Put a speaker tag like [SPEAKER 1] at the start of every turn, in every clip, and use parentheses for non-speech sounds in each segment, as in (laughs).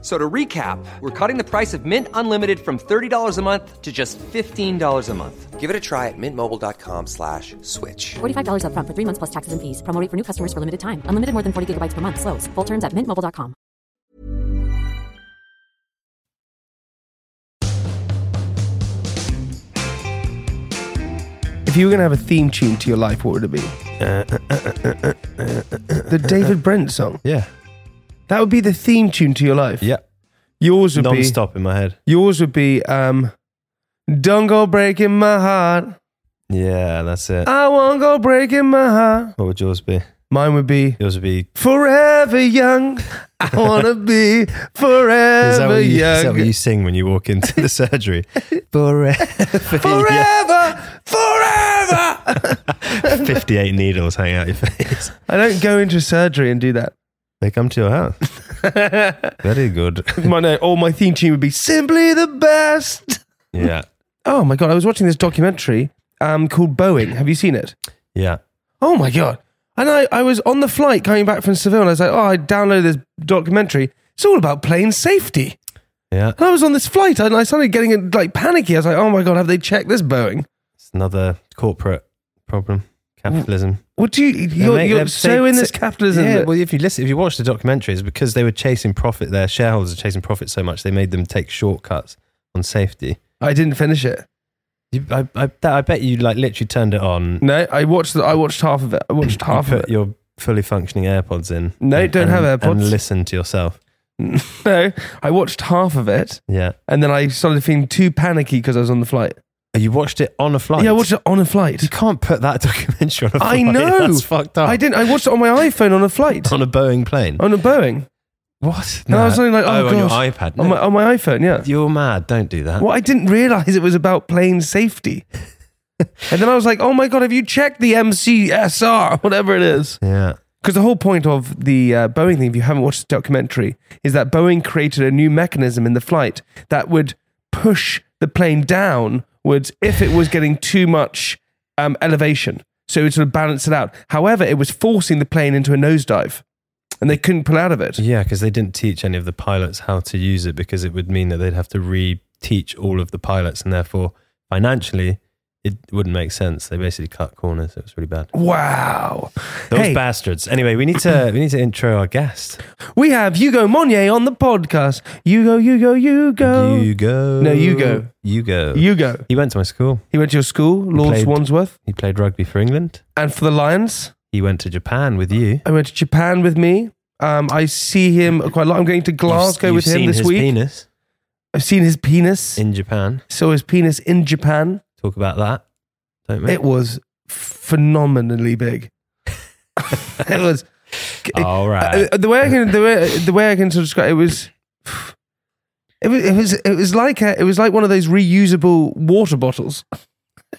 [SPEAKER 1] So to recap, we're cutting the price of Mint Unlimited from $30 a month to just $15 a month. Give it a try at mintmobile.com slash switch.
[SPEAKER 2] $45 upfront for three months plus taxes and fees. Promo rate for new customers for limited time. Unlimited more than 40 gigabytes per month. Slows. Full terms at mintmobile.com.
[SPEAKER 3] If you were going to have a theme tune to your life, what would it be? the David Brent song.
[SPEAKER 4] Yeah.
[SPEAKER 3] That would be the theme tune to your life.
[SPEAKER 4] Yeah.
[SPEAKER 3] Yours would
[SPEAKER 4] Non
[SPEAKER 3] be
[SPEAKER 4] stop in my head.
[SPEAKER 3] Yours would be um, "Don't go breaking my heart."
[SPEAKER 4] Yeah, that's it.
[SPEAKER 3] I won't go breaking my heart.
[SPEAKER 4] What would yours be?
[SPEAKER 3] Mine would be
[SPEAKER 4] Yours would be.
[SPEAKER 3] "Forever Young." I wanna be forever
[SPEAKER 4] Is that, what you, is that
[SPEAKER 3] young.
[SPEAKER 4] what you sing when you walk into
[SPEAKER 3] (laughs)
[SPEAKER 4] the surgery? Forever.
[SPEAKER 3] forever, forever.
[SPEAKER 4] 58 needles hanging out your face.
[SPEAKER 3] I don't go into surgery and do that.
[SPEAKER 4] They come to your house.
[SPEAKER 3] (laughs)
[SPEAKER 4] Very good.
[SPEAKER 3] My no, or my theme tune would be "Simply the Best."
[SPEAKER 4] Yeah.
[SPEAKER 3] Oh my god, I was watching this documentary um, called Boeing. Have you seen it?
[SPEAKER 4] Yeah.
[SPEAKER 3] Oh my god! And I, I was on the flight coming back from Seville, and I was like, "Oh, I downloaded this documentary. It's all about plane safety."
[SPEAKER 4] Yeah.
[SPEAKER 3] And I was on this flight, and I started getting like panicky. I was like, "Oh my god, have they checked this Boeing?"
[SPEAKER 4] It's another corporate problem. Capitalism.
[SPEAKER 3] What do you? You're,
[SPEAKER 4] They make-
[SPEAKER 3] you're
[SPEAKER 4] they-
[SPEAKER 3] so
[SPEAKER 4] they-
[SPEAKER 3] in this capitalism.
[SPEAKER 4] Yeah,
[SPEAKER 3] that-
[SPEAKER 4] well, if you listen, if you watch the documentary, it's because they were chasing profit. Their shareholders are chasing profit so much they made them take shortcuts on safety.
[SPEAKER 3] I didn't finish it.
[SPEAKER 4] You, I, I, that, I bet you like literally turned it on.
[SPEAKER 3] No, I watched. The, I watched half of it. I watched
[SPEAKER 4] You
[SPEAKER 3] half of
[SPEAKER 4] put
[SPEAKER 3] it.
[SPEAKER 4] your fully functioning AirPods in.
[SPEAKER 3] No,
[SPEAKER 4] and-
[SPEAKER 3] don't
[SPEAKER 4] and-
[SPEAKER 3] have AirPods.
[SPEAKER 4] And listen to yourself.
[SPEAKER 3] (laughs) No, I watched half of it,
[SPEAKER 4] Yeah.
[SPEAKER 3] and then I started feeling too panicky because I was on the flight.
[SPEAKER 4] You watched it on a flight.
[SPEAKER 3] Yeah, I watched it on a flight.
[SPEAKER 4] You can't put that (laughs) documentary on a
[SPEAKER 3] (laughs)
[SPEAKER 4] flight.
[SPEAKER 3] I know.
[SPEAKER 4] That's fucked up.
[SPEAKER 3] I didn't. I watched it on my iPhone on a
[SPEAKER 4] (laughs)
[SPEAKER 3] flight
[SPEAKER 4] On a Boeing plane.
[SPEAKER 3] on a Boeing.
[SPEAKER 4] What?
[SPEAKER 3] And I was only like, oh,
[SPEAKER 4] on your
[SPEAKER 3] gosh.
[SPEAKER 4] iPad.
[SPEAKER 3] On my, on my iPhone, yeah.
[SPEAKER 4] You're mad. Don't do that.
[SPEAKER 3] Well, I didn't realize it was about plane
[SPEAKER 4] (laughs)
[SPEAKER 3] safety. and then I was like, oh my God, have you checked the MCSR, (laughs) whatever it is?
[SPEAKER 4] Yeah.
[SPEAKER 3] Because the whole point of the uh, Boeing thing, if you haven't watched the documentary, is that Boeing created a new mechanism in the flight that would push the plane downwards if it was getting too much um, elevation. So it would sort of balance it out. However, it was forcing the plane into a nosedive and they couldn't pull out of it.
[SPEAKER 4] Yeah, because they didn't teach any of the pilots how to use it because it would mean that they'd have to re-teach all of the pilots, and therefore financially it wouldn't make sense. They basically cut corners. It was really bad.
[SPEAKER 3] Wow.
[SPEAKER 4] Those
[SPEAKER 3] Hey.
[SPEAKER 4] bastards. Anyway, we need
[SPEAKER 3] (clears throat)
[SPEAKER 4] to we need to intro our guest.
[SPEAKER 3] We have Hugo Monier on the podcast. Hugo, Hugo, Hugo.
[SPEAKER 4] You go.
[SPEAKER 3] No, you go.
[SPEAKER 4] You go.
[SPEAKER 3] Hugo.
[SPEAKER 4] He went to my school.
[SPEAKER 3] He went to your school, Lord
[SPEAKER 4] played-
[SPEAKER 3] Swansworth,
[SPEAKER 4] He played rugby for England.
[SPEAKER 3] and for the Lions.
[SPEAKER 4] He went to Japan with you.
[SPEAKER 3] I went to Japan with me. Um, I see him quite a lot. I'm going to Glasgow
[SPEAKER 4] You've-
[SPEAKER 3] with
[SPEAKER 4] you've
[SPEAKER 3] him
[SPEAKER 4] seen
[SPEAKER 3] this
[SPEAKER 4] his
[SPEAKER 3] week.
[SPEAKER 4] Penis
[SPEAKER 3] I've seen his penis.
[SPEAKER 4] in Japan.
[SPEAKER 3] Saw his penis in Japan.
[SPEAKER 4] Talk about that, don't we?
[SPEAKER 3] It was phenomenally big. (laughs) it was.
[SPEAKER 4] All right.
[SPEAKER 3] Uh, the way I can the way the way I can sort of describe it was it was it was it was like a, it was like one of those reusable water bottles. (laughs)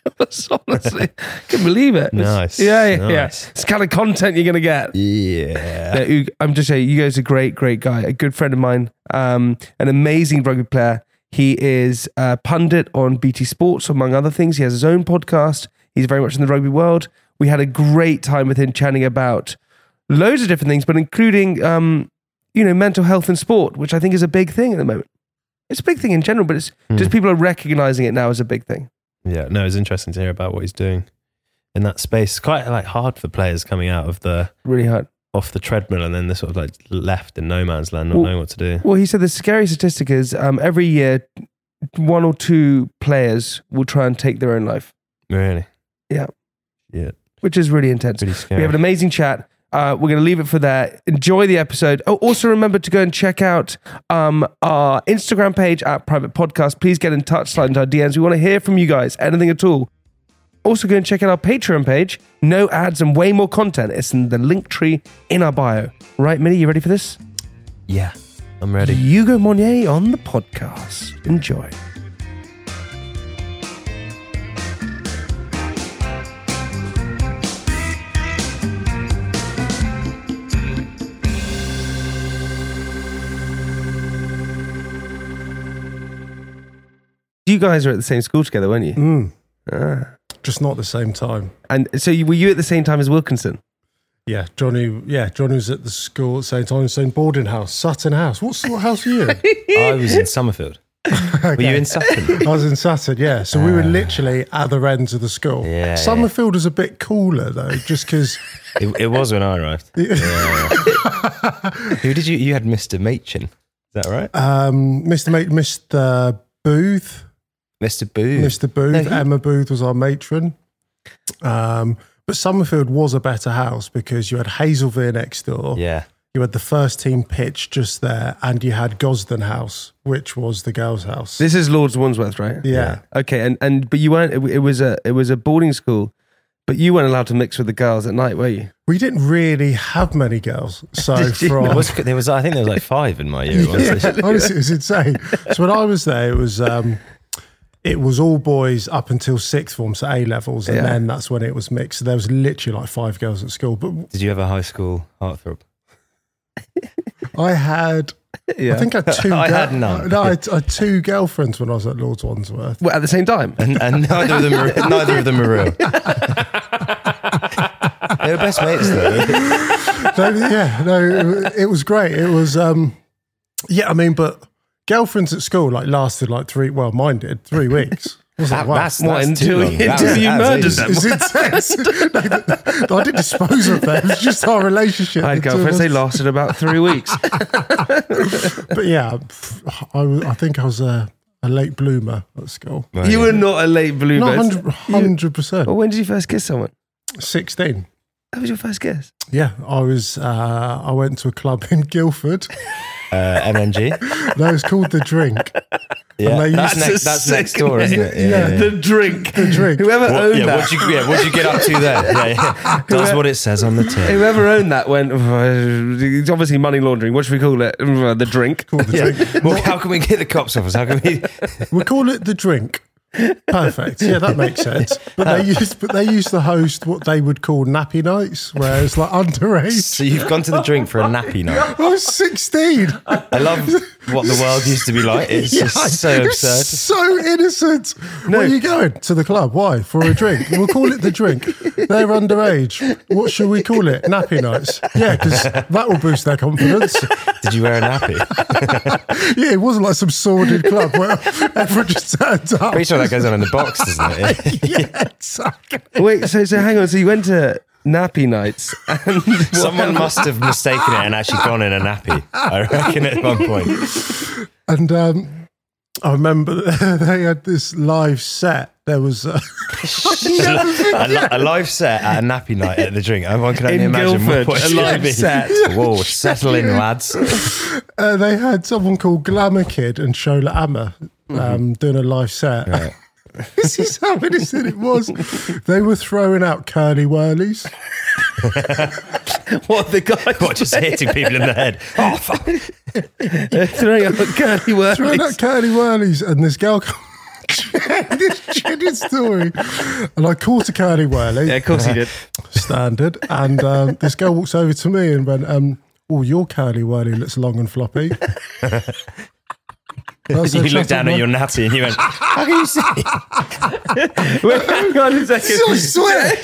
[SPEAKER 3] It was
[SPEAKER 4] (laughs)
[SPEAKER 3] honestly, I couldn't believe it. It was-
[SPEAKER 4] Nice,
[SPEAKER 3] yeah, yeah, yeah.
[SPEAKER 4] nice.
[SPEAKER 3] It's the kind of content you're gonna get.
[SPEAKER 4] yeah.
[SPEAKER 3] (laughs) No, Hugo- I'm just saying, Hugo's a great, great guy, a good friend of mine, um, an amazing rugby player. He is a pundit on BT Sports, among other things. He has his own podcast. He's very much in the rugby world. We had a great time with him chatting about loads of different things, but including, um, you know, mental health and sport, which I think is a big thing at the moment. It's a big thing in general, but it's just people are recognizing it now as a big thing.
[SPEAKER 4] Yeah, no, it's interesting to hear about what he's doing in that space. It's quite like hard for players coming out of the
[SPEAKER 3] Really hard.
[SPEAKER 4] off the treadmill and then they're sort of like left in no man's land, not
[SPEAKER 3] Well-
[SPEAKER 4] knowing what to do.
[SPEAKER 3] Well, he said the scary statistic is um, every year, one or two players will try and take their own life,
[SPEAKER 4] Really?
[SPEAKER 3] Yeah.
[SPEAKER 4] Yeah.
[SPEAKER 3] which is really intense.
[SPEAKER 4] Pretty
[SPEAKER 3] We
[SPEAKER 4] scary.
[SPEAKER 3] have an amazing chat. Uh, we're going to leave it for there. Enjoy the episode. Oh, also remember to go and check out um, our Instagram page at Private Podcast. Please get in touch, slide into our DMs. We want to hear from you guys. Anything at all. Also, go and check out our Patreon page. No ads and way more content. It's in the link tree in our bio. Right, Minnie, you ready for this?
[SPEAKER 4] yeah. I'm ready.
[SPEAKER 3] Hugo Monier on the podcast. Enjoy. You guys were at the same school together, weren't you?
[SPEAKER 5] Mm,
[SPEAKER 3] Ah.
[SPEAKER 5] just not at the same time.
[SPEAKER 3] And so you, were you at the same time as Wilkinson?
[SPEAKER 5] Yeah, Johnny. Yeah, Johnny was at the school at St. Thomas, St. Boarding House, Sutton House. What sort of house were
[SPEAKER 4] (laughs)
[SPEAKER 5] you? in?
[SPEAKER 4] I
[SPEAKER 5] (laughs)
[SPEAKER 4] was in Summerfield. Were you in Sutton?
[SPEAKER 5] I was in Sutton, yeah. So we were literally at the ends of the school.
[SPEAKER 4] Ah. Yeah,
[SPEAKER 5] Summerfield was a bit cooler though, just (laughs) because
[SPEAKER 4] It, it was when I arrived.
[SPEAKER 5] (laughs)
[SPEAKER 4] Yeah. Who did you? You had Mr. Machin. Is that right?
[SPEAKER 5] um, Mr. Mate, Mr. Booth,
[SPEAKER 4] Mr. Boo.
[SPEAKER 5] Mr. Booth,
[SPEAKER 4] No, he-
[SPEAKER 5] Emma Booth was our matron. Um, but Summerfield was a better house because you had Hazelvere next door.
[SPEAKER 4] Yeah.
[SPEAKER 5] You had the first team pitch just there, and you had Gosden House, which was the girls' house.
[SPEAKER 3] This is Lords Wandsworth, right?
[SPEAKER 5] yeah.
[SPEAKER 3] Okay, and, and but you weren't. It, it was a it was a boarding school, but you weren't allowed to mix with the girls at night, were you?
[SPEAKER 5] We didn't really have
[SPEAKER 4] (laughs)
[SPEAKER 5] many girls. So from
[SPEAKER 4] There was, there was, I think there was like five in my year. at one
[SPEAKER 5] Yeah,
[SPEAKER 4] stage.
[SPEAKER 5] (laughs) honestly, it was insane. So when I was there, it was um, it was all boys up until sixth form, so A levels, and
[SPEAKER 3] Yeah.
[SPEAKER 5] then that's when it was mixed. So there was literally like five girls at school, but
[SPEAKER 4] Did you have a high school heartthrob?
[SPEAKER 5] I had
[SPEAKER 3] Yeah.
[SPEAKER 5] I think
[SPEAKER 4] (laughs)
[SPEAKER 5] I had two.
[SPEAKER 4] I
[SPEAKER 5] girl-
[SPEAKER 4] had none.
[SPEAKER 5] No, I had, I had two girlfriends when I was at Lords
[SPEAKER 4] (laughs)
[SPEAKER 5] Wandsworth.
[SPEAKER 3] Well, at the same time.
[SPEAKER 4] And, and neither of them,
[SPEAKER 5] (laughs)
[SPEAKER 4] are, neither of them are real. they were best mates though.
[SPEAKER 5] No, yeah, no, it, it was great. It was um, yeah, I mean, but girlfriends at school like lasted like three. Well, mine did three weeks. I was like, wow.
[SPEAKER 3] What, (laughs) until-
[SPEAKER 4] long. That
[SPEAKER 3] until
[SPEAKER 4] was-
[SPEAKER 3] you
[SPEAKER 4] that's
[SPEAKER 3] murdered
[SPEAKER 4] ages.
[SPEAKER 5] (laughs)
[SPEAKER 3] them?
[SPEAKER 4] (laughs)
[SPEAKER 5] It's intense. No, th- I didn't dispose of them. It was just our relationship.
[SPEAKER 3] I had
[SPEAKER 5] The two of
[SPEAKER 3] girlfriends.
[SPEAKER 5] us.
[SPEAKER 3] They lasted about three weeks.
[SPEAKER 5] But yeah, pff, I, was- I think I was a, a late bloomer at school.
[SPEAKER 4] Right.
[SPEAKER 3] you were not a late bloomer.
[SPEAKER 5] Not 100 percent.
[SPEAKER 4] Oh.
[SPEAKER 3] Well, when did you first kiss someone?
[SPEAKER 5] Sixteen.
[SPEAKER 3] That was your first kiss.
[SPEAKER 5] Yeah, I was. Uh, I went to a club in Guildford.
[SPEAKER 4] uh, MNG.
[SPEAKER 5] No, it's called the Drink.
[SPEAKER 4] (laughs) Yeah,
[SPEAKER 5] And they
[SPEAKER 4] that's,
[SPEAKER 5] used to
[SPEAKER 4] next, that's
[SPEAKER 3] sick (laughs)
[SPEAKER 4] next door, isn't it?
[SPEAKER 5] name. Yeah.
[SPEAKER 3] The drink. The
[SPEAKER 5] drink.
[SPEAKER 3] Whoever
[SPEAKER 4] What,
[SPEAKER 3] owned
[SPEAKER 4] yeah,
[SPEAKER 3] that.
[SPEAKER 4] what'd you, yeah, what'd you get up to there? Yeah,
[SPEAKER 5] (laughs)
[SPEAKER 4] yeah. Does what it says on the tin.
[SPEAKER 3] Whoever owned that went, "Oh, it's obviously money laundering. What should we call it? Uh, The drink.
[SPEAKER 5] Called
[SPEAKER 4] (laughs)
[SPEAKER 5] the Drink.
[SPEAKER 4] Well, how can we get the cops off us? How can we?
[SPEAKER 5] We call it the Drink. Perfect. Yeah, that makes sense.
[SPEAKER 4] (laughs)
[SPEAKER 5] But they used, but they used to host what they would call nappy nights, where it's like (laughs) underage.
[SPEAKER 4] So you've gone to the drink for a nappy night.
[SPEAKER 5] I was sixteen.
[SPEAKER 4] (laughs) I love what the world used to be like. (laughs) It's just so
[SPEAKER 5] you're
[SPEAKER 4] absurd.
[SPEAKER 5] So innocent. Where are you going? To the club. Why? For a drink. We'll call it the drink. They're underage. What should we call it? Nappy nights. Yeah, because that will boost their confidence.
[SPEAKER 4] Did you wear a nappy?
[SPEAKER 5] Yeah, it wasn't like some sordid club where everyone just turned up.
[SPEAKER 4] Pretty sure that goes on in the box, doesn't (laughs) it? Yeah.
[SPEAKER 5] (laughs) Yeah, exactly.
[SPEAKER 3] Wait, so, so hang on. So you went to nappy nights
[SPEAKER 4] (laughs)
[SPEAKER 3] and
[SPEAKER 4] Someone must have mistaken it and actually gone in a nappy. I reckon at one (laughs) point.
[SPEAKER 5] And um, I remember (laughs) they had this live set. There was. Uh,
[SPEAKER 4] A, li- a live set at a nappy night at the drink. One can only
[SPEAKER 3] In
[SPEAKER 4] imagine
[SPEAKER 3] Guildford,
[SPEAKER 4] what
[SPEAKER 3] a
[SPEAKER 4] it
[SPEAKER 3] live
[SPEAKER 4] should be.
[SPEAKER 3] set.
[SPEAKER 4] (laughs) Whoa, settle in, lads.
[SPEAKER 5] uh, they had someone called Glamour Kid and Shola Amma um,
[SPEAKER 4] Mm-hmm.
[SPEAKER 5] doing a live set. (laughs) this is how innocent it was. They were throwing out curly whirlies.
[SPEAKER 3] (laughs) what the guy
[SPEAKER 4] What, just hitting people in the head? (laughs) Oh, fuck.
[SPEAKER 3] (laughs) throwing up curly words.
[SPEAKER 5] Throwing out curly whirlies, and this girl. come- (laughs) this genuine story, and I caught a curly whirly
[SPEAKER 3] Yeah, of course he did.
[SPEAKER 5] standard, and um, this girl walks over to me and went, um, "Oh, your curly whirly looks long and
[SPEAKER 4] (laughs)
[SPEAKER 5] floppy." That's
[SPEAKER 4] You
[SPEAKER 5] a
[SPEAKER 4] looked down
[SPEAKER 5] traffic
[SPEAKER 4] at
[SPEAKER 5] (laughs)
[SPEAKER 4] your nappy and you went, How can you see? (laughs)
[SPEAKER 3] Wait, hang on a
[SPEAKER 5] I
[SPEAKER 3] second.
[SPEAKER 5] swear.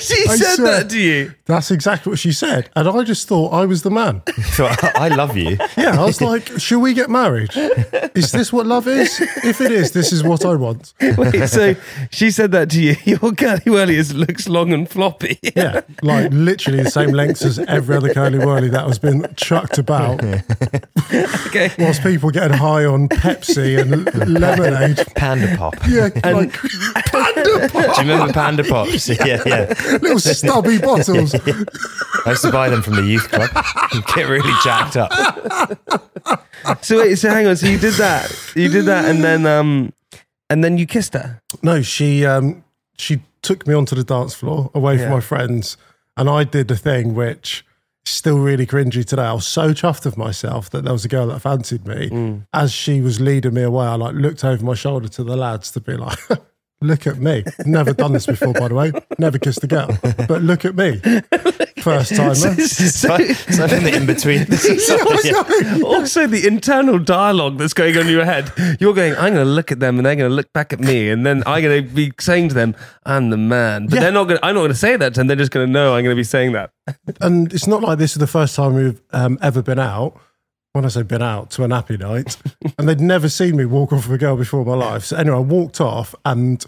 [SPEAKER 3] (laughs) she
[SPEAKER 5] I
[SPEAKER 3] said
[SPEAKER 5] swear.
[SPEAKER 3] that to you.
[SPEAKER 5] That's exactly what she said. And I just thought I was the man.
[SPEAKER 4] So, I love you.
[SPEAKER 5] Yeah, I was like, should we get married? Is this what love is? If it is, this is what I want.
[SPEAKER 3] Wait, so she said that to you. (laughs) Your curly whirly is, looks long and floppy. (laughs)
[SPEAKER 5] Yeah, like literally the same lengths as every other curly whirly that has been chucked about.
[SPEAKER 3] Okay.
[SPEAKER 5] Whilst people getting high on Pepsi and l- lemonade.
[SPEAKER 4] Panda Pop.
[SPEAKER 5] Yeah, like panda
[SPEAKER 4] Do
[SPEAKER 5] pop,
[SPEAKER 4] you remember Panda Pops? (laughs) Yeah. yeah,
[SPEAKER 5] little stubby bottles.
[SPEAKER 4] I used to buy them from the youth
[SPEAKER 6] (laughs)
[SPEAKER 4] club. Get really jacked up.
[SPEAKER 3] So wait, so hang on. So you did that. You did that, and then um, and then you kissed (laughs) her.
[SPEAKER 5] No, she um, she took me onto the dance floor away from my friends, and I did the thing which is still really cringy today. I was so chuffed of myself that there was a girl that Mm. fancied me. As she was leading me away, I like (laughs) looked over my shoulder to the lads to be like, Look at me. Never done this before, by the way. Never kissed a girl. But (laughs) look at me. First timer. (laughs)
[SPEAKER 6] So, so I think the in
[SPEAKER 3] (laughs)
[SPEAKER 6] between.
[SPEAKER 3] also, the internal dialogue that's going on in your head. You're going, I'm going to look at them, and they're going to look back at me, and then I'm going to be saying to them, "I'm the man." But they're not going. To, I'm not going to say that to them. They're just going to know I'm going to be saying that.
[SPEAKER 5] And it's not like this is the first time we've um, ever been out. When I say been out to an happy night, and they'd never seen me walk off with a girl before in my life. So anyway, I walked off, and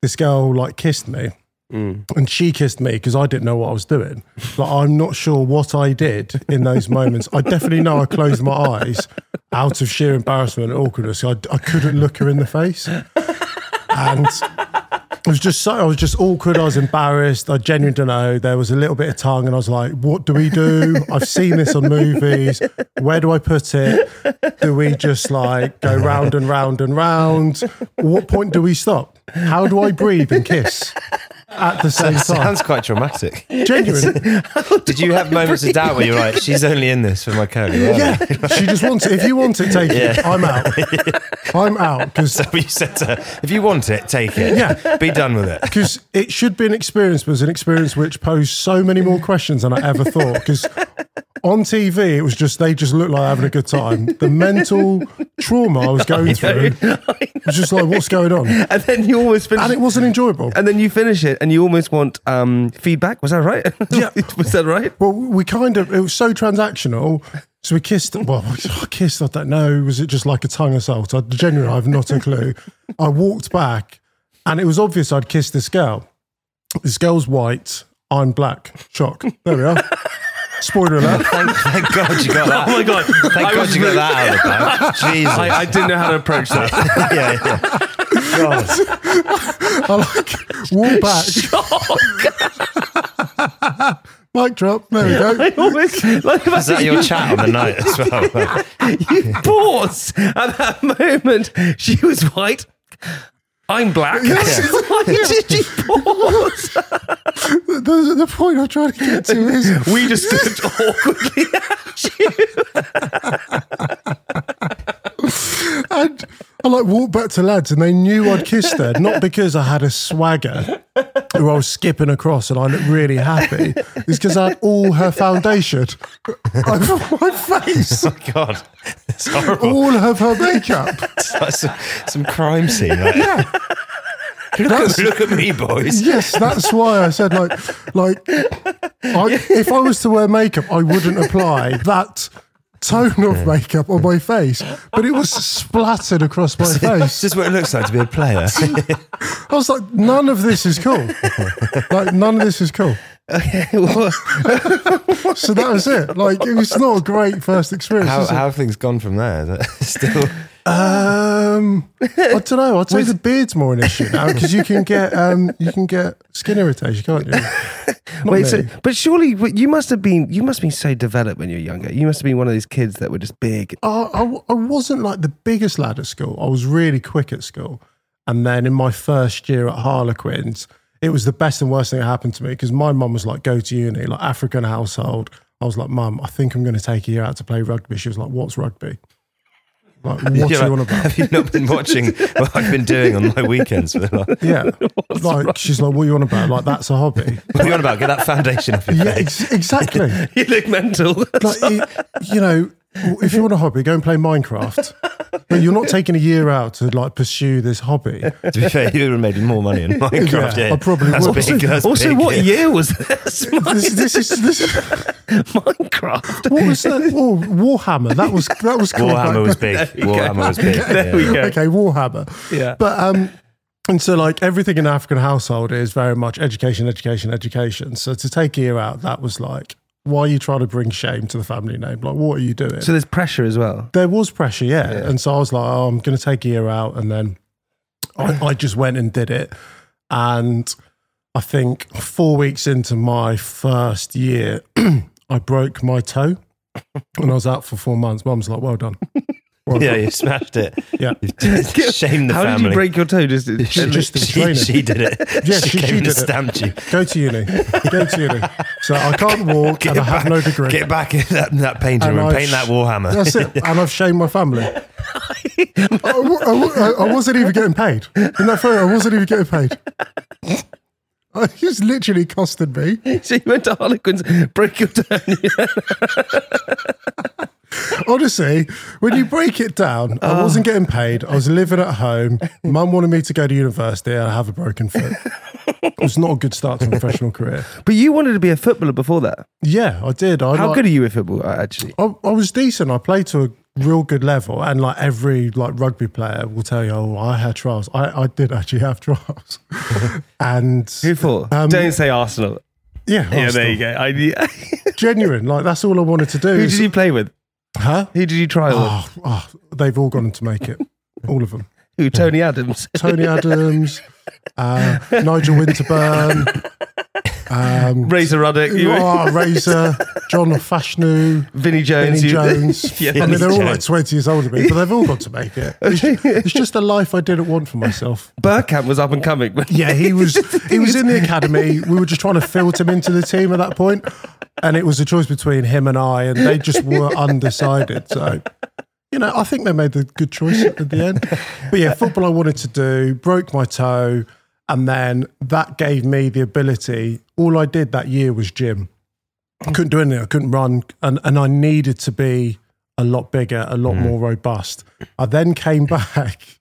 [SPEAKER 5] this girl like kissed me, and she kissed me because I didn't know what I was doing. Like I'm not sure what I did in those moments. I definitely know I closed my eyes out of sheer embarrassment and awkwardness. I, I couldn't look her in the face, and it was just so I was just awkward. I was embarrassed. I genuinely don't know. There was a little bit of tongue, and I was like, "What do we do? I've seen this on movies. Where do I put it? Do we just like go round and round and round? What point do we stop? How do I breathe and kiss at the same time?
[SPEAKER 6] Sounds quite traumatic.
[SPEAKER 5] Genuinely,
[SPEAKER 6] Did you have moments of doubt where you're like, she's only in this for my curly? right?
[SPEAKER 5] yeah. She just wants it. If you want it, take it. I'm out. I'm out because
[SPEAKER 6] (laughs) But you said to her, if you want it, take it.
[SPEAKER 5] Yeah.
[SPEAKER 6] Be done with it.
[SPEAKER 5] because it should be an experience, but it was an experience which posed so many more questions than I ever thought. Because on TV, it was just they just looked like having a good time. The mental trauma I was going
[SPEAKER 3] (laughs)
[SPEAKER 5] through was just like, what's going on? And
[SPEAKER 3] And then you always finish.
[SPEAKER 5] it wasn't enjoyable.
[SPEAKER 3] and then you finish it, and you almost want um, feedback. Was that (laughs) right?
[SPEAKER 5] Yeah.
[SPEAKER 3] was that right?
[SPEAKER 5] Well, we kind of it was so transactional. So we kissed. Well, (laughs) I kissed. I don't know. Was it just like a tongue assault? I genuinely, I have not a clue. I walked back, and it was obvious I'd kissed this girl. This girl's white. I'm black. Shock. There we are. Spoiler alert.
[SPEAKER 6] Thank, thank God you got that.
[SPEAKER 3] Oh my god!
[SPEAKER 6] (laughs) Thank
[SPEAKER 3] I
[SPEAKER 6] God
[SPEAKER 3] was
[SPEAKER 6] you got
[SPEAKER 3] really-
[SPEAKER 6] that out of the
[SPEAKER 3] (laughs)
[SPEAKER 6] bag. Jesus.
[SPEAKER 3] I, I didn't know how to approach that.
[SPEAKER 6] (laughs) yeah, yeah.
[SPEAKER 5] I like walk back.
[SPEAKER 3] (laughs)
[SPEAKER 5] Mic drop. There we
[SPEAKER 3] (laughs)
[SPEAKER 5] go.
[SPEAKER 3] I always like
[SPEAKER 6] Was that your chat on the night as well? (laughs)
[SPEAKER 3] You pause at that moment. She was white. I'm (laughs) black. Why did (laughs) you pause?
[SPEAKER 5] The, the point I'm trying to get to is
[SPEAKER 3] We just stood awkwardly (laughs) at you.
[SPEAKER 5] and I like walked back to lads and they knew I'd kissed her, not because I had a swagger or I was skipping across and I looked really happy. It's because I had all her foundation (laughs) over my face,
[SPEAKER 6] my God. It's horrible.
[SPEAKER 5] all of her makeup.
[SPEAKER 6] It's like some, some crime scene. Like,
[SPEAKER 3] (laughs)
[SPEAKER 6] look, at, look at me, boys.
[SPEAKER 5] Yes, that's why I said like, like, I, if I was to wear makeup, I wouldn't apply that tone of makeup on my face. But it was splattered
[SPEAKER 6] (laughs)
[SPEAKER 5] across my
[SPEAKER 6] This
[SPEAKER 5] face.
[SPEAKER 6] is Oh, what it looks like to be a
[SPEAKER 5] (laughs)
[SPEAKER 6] player.
[SPEAKER 5] I was like, none of this is cool. Like, none of this is cool. So that was it. Like, it was not a great first experience.
[SPEAKER 6] How,
[SPEAKER 5] was it?
[SPEAKER 6] how have things gone from there? Is it (laughs) Still,
[SPEAKER 5] Um, I don't know. I'd say the beard's more an issue now because you can get um, you can get skin irritation, can't you? Not
[SPEAKER 3] Wait, so,
[SPEAKER 5] me.
[SPEAKER 3] but surely w- you must have been you must have been so developed when you were younger. You must have been one of these kids that were just big.
[SPEAKER 5] I, I- I wasn't like the biggest lad at school. I was really quick at school. And then in my first year at Harlequins, it was the best and worst thing that happened to me because my mum was like, go to uni, like African household. I was like, mum, I think I'm going to take a year out to play rugby. She was like, what's rugby? Like, what are
[SPEAKER 6] You're
[SPEAKER 5] you
[SPEAKER 4] (laughs)
[SPEAKER 5] on
[SPEAKER 6] like,
[SPEAKER 5] about?
[SPEAKER 6] have you not been watching what I've been doing on my weekends? For the last, what
[SPEAKER 5] Yeah. Like, she's like, what are you on about? Like, that's a hobby.
[SPEAKER 6] are you on about? Get that foundation off your
[SPEAKER 5] yeah,
[SPEAKER 6] face.
[SPEAKER 5] ex- exactly.
[SPEAKER 3] (laughs) You look mental.
[SPEAKER 5] like it, you know if you want a hobby go and play minecraft but you're not taking a year out to like pursue this hobby
[SPEAKER 6] To be fair, you would have made more money in Minecraft.
[SPEAKER 5] Yeah,
[SPEAKER 6] Yeah,
[SPEAKER 5] I probably
[SPEAKER 6] that's
[SPEAKER 5] would.
[SPEAKER 6] Big, that's
[SPEAKER 3] also,
[SPEAKER 6] big,
[SPEAKER 3] what
[SPEAKER 6] yeah.
[SPEAKER 3] year was this? (laughs)
[SPEAKER 5] this, this is this is
[SPEAKER 3] Minecraft.
[SPEAKER 5] what was that oh warhammer that was that was cool back (laughs)
[SPEAKER 6] Warhammer was
[SPEAKER 5] then.
[SPEAKER 6] big. Warhammer was big.
[SPEAKER 3] There
[SPEAKER 6] yeah.
[SPEAKER 3] we go.
[SPEAKER 5] okay warhammer
[SPEAKER 3] Yeah.
[SPEAKER 5] but um and so like everything in an african household is very much education education education so to take a year out that was like why are you trying to bring shame to the family name like what are you doing
[SPEAKER 3] So there's pressure as (laughs) well.
[SPEAKER 5] there was pressure, yeah. And so I was like, oh, I'm going to take a year out. And then I, I just went and did it. And I think four weeks into my first year, (clears throat) I broke my toe and I was out for four months. Mum's like, well done. Well
[SPEAKER 6] Yeah,
[SPEAKER 5] done.
[SPEAKER 6] you smashed it.
[SPEAKER 5] Yeah.
[SPEAKER 6] You've
[SPEAKER 5] (laughs)
[SPEAKER 6] just shamed the
[SPEAKER 3] How
[SPEAKER 6] family.
[SPEAKER 3] did you break your toe? (laughs)
[SPEAKER 6] (laughs)
[SPEAKER 3] Just
[SPEAKER 6] she,
[SPEAKER 5] just the
[SPEAKER 6] she,
[SPEAKER 5] trainer.
[SPEAKER 6] she did it.
[SPEAKER 5] (laughs) Yeah,
[SPEAKER 6] she,
[SPEAKER 5] she- she
[SPEAKER 6] came
[SPEAKER 5] did
[SPEAKER 6] and
[SPEAKER 5] it.
[SPEAKER 6] stamped you.
[SPEAKER 5] Go to uni. Go to uni. So I can't walk and I have
[SPEAKER 6] back,
[SPEAKER 5] no degree.
[SPEAKER 6] Get back in that, that painting
[SPEAKER 5] And
[SPEAKER 6] room.
[SPEAKER 5] I've
[SPEAKER 6] Paint (laughs)
[SPEAKER 5] sh-
[SPEAKER 6] that Warhammer. (laughs)
[SPEAKER 5] That's it. And I've shamed my family. I, wa- I wa- I- I wasn't even getting paid. In that photo, I wasn't even getting paid. (laughs) I just literally costed me.
[SPEAKER 3] so you went to Harlequins, broke your down.
[SPEAKER 5] Honestly, when you break it down,
[SPEAKER 6] Oh.
[SPEAKER 5] I wasn't getting paid. I was living at home. Mum wanted me to go to university and I have a broken foot. It was not a good start to a professional career.
[SPEAKER 3] (laughs) but you wanted to be a footballer before that.
[SPEAKER 5] Yeah, I did. I
[SPEAKER 3] How
[SPEAKER 5] like-
[SPEAKER 3] good are you at football, uh, actually?
[SPEAKER 5] I, I was decent. I played to a real good level, and like every like rugby player will tell you, oh, I had trials. I, I did actually have trials, (laughs) and
[SPEAKER 3] Who for?
[SPEAKER 5] Um,
[SPEAKER 3] Don't say Arsenal.
[SPEAKER 5] yeah,
[SPEAKER 3] Yeah,
[SPEAKER 5] Arsenal.
[SPEAKER 3] there you go. I, (laughs) who
[SPEAKER 5] Genuine, like that's all I wanted to do.
[SPEAKER 3] did
[SPEAKER 5] is-
[SPEAKER 3] you play with?
[SPEAKER 5] Huh?
[SPEAKER 3] Who did you try with?
[SPEAKER 5] Oh, oh, they've all gone to make it. All of them.
[SPEAKER 3] Who? Tony Adams. (laughs)
[SPEAKER 5] Tony Adams, uh, Nigel Winterburn, um,
[SPEAKER 3] Razor Ruddock. You,
[SPEAKER 5] oh, Razor, John Fashnu,
[SPEAKER 3] (laughs) Vinnie Jones.
[SPEAKER 5] Benny
[SPEAKER 3] you- (laughs)
[SPEAKER 5] Jones.
[SPEAKER 3] Yeah.
[SPEAKER 5] I mean, they're all like
[SPEAKER 6] Jones.
[SPEAKER 5] 20 years older than me, but they've all got to make it.
[SPEAKER 3] (laughs)
[SPEAKER 5] It's, it's just a life I didn't want for myself.
[SPEAKER 3] Burkamp was up and coming. (laughs)
[SPEAKER 5] Yeah, he was he was in the academy. We were just trying to filter him into the team at that point, and it was a choice between him and I, and they just were undecided. So, you know, I think they made the good choice at the end. But yeah, football I wanted to do broke my toe, and then that gave me the ability. All I did that year was gym. I couldn't do anything. I couldn't run, and and I needed to be a lot bigger, a lot more robust. I then came (laughs) back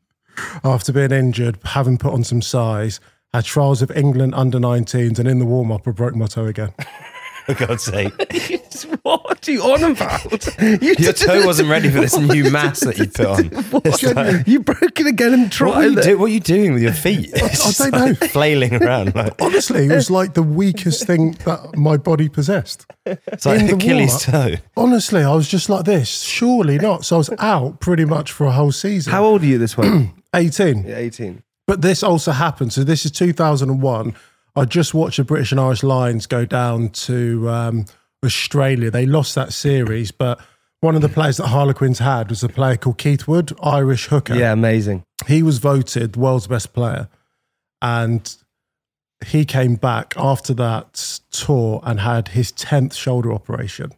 [SPEAKER 5] after being injured, having put on some size, had trials of England under 19s, and in the warm up, I broke my toe again.
[SPEAKER 6] For God's sake.
[SPEAKER 3] what are you on about? (laughs) You
[SPEAKER 6] Your
[SPEAKER 3] did-
[SPEAKER 6] toe wasn't ready for this new mass that you put
[SPEAKER 3] (laughs)
[SPEAKER 6] on. It's like,
[SPEAKER 3] You broke it again and
[SPEAKER 6] what, are
[SPEAKER 3] tried
[SPEAKER 6] you
[SPEAKER 3] it.
[SPEAKER 6] do, what are you doing
[SPEAKER 3] (laughs)
[SPEAKER 6] with your feet? It's
[SPEAKER 5] I
[SPEAKER 6] just
[SPEAKER 5] don't
[SPEAKER 6] like
[SPEAKER 5] know.
[SPEAKER 6] Flailing around. Like,
[SPEAKER 5] (laughs) Honestly, it was like the weakest thing that my body possessed.
[SPEAKER 6] it's like
[SPEAKER 5] In the
[SPEAKER 6] Achilles toe.
[SPEAKER 3] (laughs)
[SPEAKER 5] Honestly, I was just like this. Surely not. So I was out pretty much for a whole season.
[SPEAKER 3] How old are you this one?
[SPEAKER 5] 18.
[SPEAKER 3] (clears throat) Yeah, 18.
[SPEAKER 5] But this also happened. So this is 2001. I just watched the British and Irish Lions go down to um, Australia. They lost that series, but one of the players that Harlequins had was a player called Keith Wood, Irish hooker.
[SPEAKER 3] Yeah, amazing.
[SPEAKER 5] He was voted the world's best player. And he came back after that tour and had his 10th shoulder operation.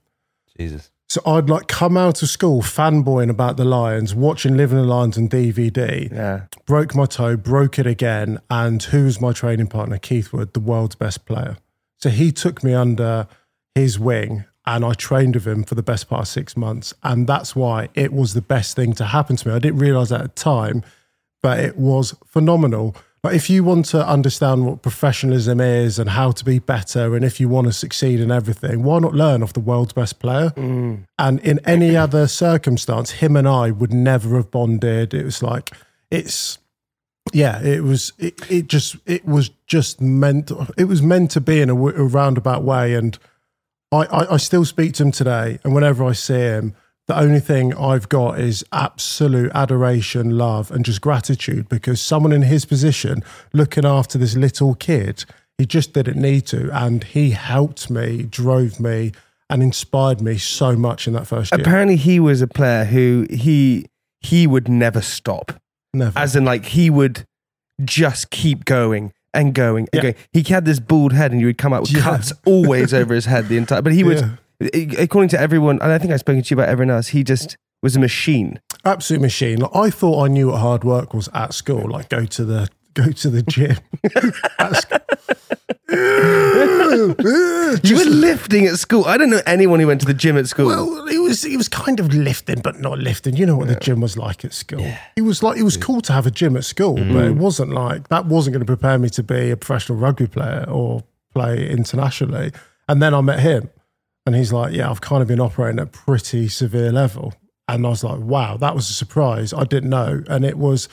[SPEAKER 6] Jesus.
[SPEAKER 5] So I'd like come out of school fanboying about the Lions, watching Living the Lions on DVD
[SPEAKER 3] Yeah.
[SPEAKER 5] broke my toe, broke it again. And who's my training partner? Keith Wood, the world's best player. So he took me under his wing and I trained with him for the best part of six months. And that's why it was the best thing to happen to me. I didn't realize that at the time, but it was phenomenal. But if you want to understand what professionalism is and how to be better, and if you want to succeed in everything, why not learn off the world's best player? And in any other circumstance, him and I would never have bonded. It was like, it's yeah it was it, it just it was just meant it was meant to be in a, w- a roundabout way and I, I i still speak to him today and whenever i see him the only thing i've got is absolute adoration love and just gratitude because someone in his position looking after this little kid he just didn't need to and he helped me drove me and inspired me so much in that first year
[SPEAKER 3] Apparently, he was a player who he he would never stop.
[SPEAKER 5] Never.
[SPEAKER 3] As in, like he would just keep going and going and
[SPEAKER 5] Yeah.
[SPEAKER 3] going. He had this bald head, and you would come out with
[SPEAKER 5] Yeah.
[SPEAKER 3] cuts always over his head the
[SPEAKER 6] (laughs)
[SPEAKER 3] entire. But he was, according to everyone, and I think I've spoken to you about everyone else. He just was a machine.
[SPEAKER 5] absolute machine. Like, I thought I knew what hard work was at school. Like go to the go to the gym. At school.
[SPEAKER 3] you were lifting at school. I don't know anyone who went to the gym at school.
[SPEAKER 5] well, it was it was kind of lifting, but not lifting. You know what the gym was like at school. It was like it was cool to have a gym at school, but it wasn't like that wasn't going to prepare me to be a professional rugby player or play internationally. And then I met him, and he's like, "Yeah, I've kind of been operating at a pretty severe level." And I was like, "Wow, that was a surprise. I didn't know." And it was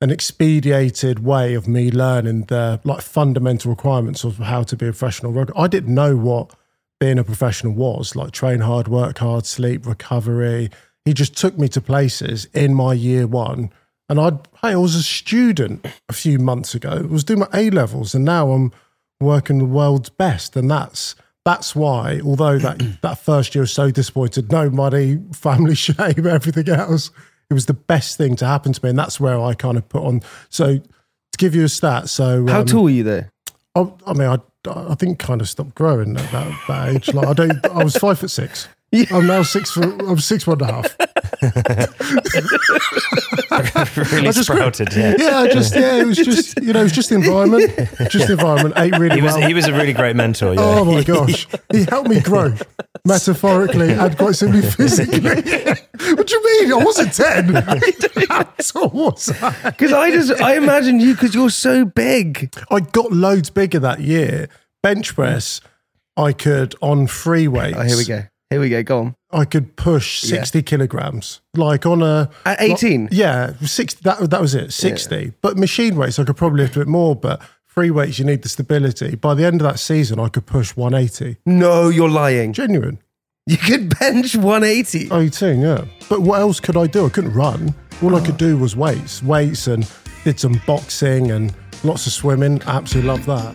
[SPEAKER 5] an expedited way of me learning the like fundamental requirements of how to be a professional rugby. I didn't know what being a professional was like train hard, work hard, sleep, recovery. He just took me to places in my year one. And I'd, hey, I was a student a few months ago, I was doing my A levels, and now I'm working the world's best. And that's, that's why, although that, (clears throat) that first year was so disappointed, no money, (laughs) family shame, everything else, it was the best thing to happen to me. And that's where I kind of put on. So, to give you a stat, so
[SPEAKER 3] How
[SPEAKER 5] um,
[SPEAKER 3] tall were you though?
[SPEAKER 5] I, I mean, I, I think kind of stopped growing
[SPEAKER 3] (laughs)
[SPEAKER 5] at that, that age. Like I don't. I was five foot six. I'm now six foot. I'm six one and a half.
[SPEAKER 6] really
[SPEAKER 5] just-
[SPEAKER 6] sprouted. Yeah.
[SPEAKER 5] Yeah, I just yeah, it was just you know, it was just the
[SPEAKER 3] (laughs)
[SPEAKER 5] environment, just the environment. Ate really
[SPEAKER 6] He was
[SPEAKER 5] well.
[SPEAKER 6] he was a really great mentor. Yeah.
[SPEAKER 5] oh (laughs) my gosh, he helped me grow metaphorically and quite (laughs) simply physically. what do you mean? I wasn't (laughs) ten. At all, was I?
[SPEAKER 3] Because I just (laughs) I imagine you because you're so big.
[SPEAKER 5] I got loads bigger that year. Bench press, I could on free weights.
[SPEAKER 3] Oh, here we go. Here we go. Go on.
[SPEAKER 5] I could push sixty kilograms, like on a
[SPEAKER 3] At 18?
[SPEAKER 5] yeah, six. That that was it, sixty. But machine weights, I could probably lift a bit more. But free weights, you need the stability. By the end of that season, I could push one eighty.
[SPEAKER 3] No, you're lying.
[SPEAKER 5] Genuine,
[SPEAKER 3] You could bench 180.
[SPEAKER 5] eighteen. Yeah. But what else could I do? I couldn't run. All I could do was weights, weights, and did some boxing and lots of swimming. Absolutely love that.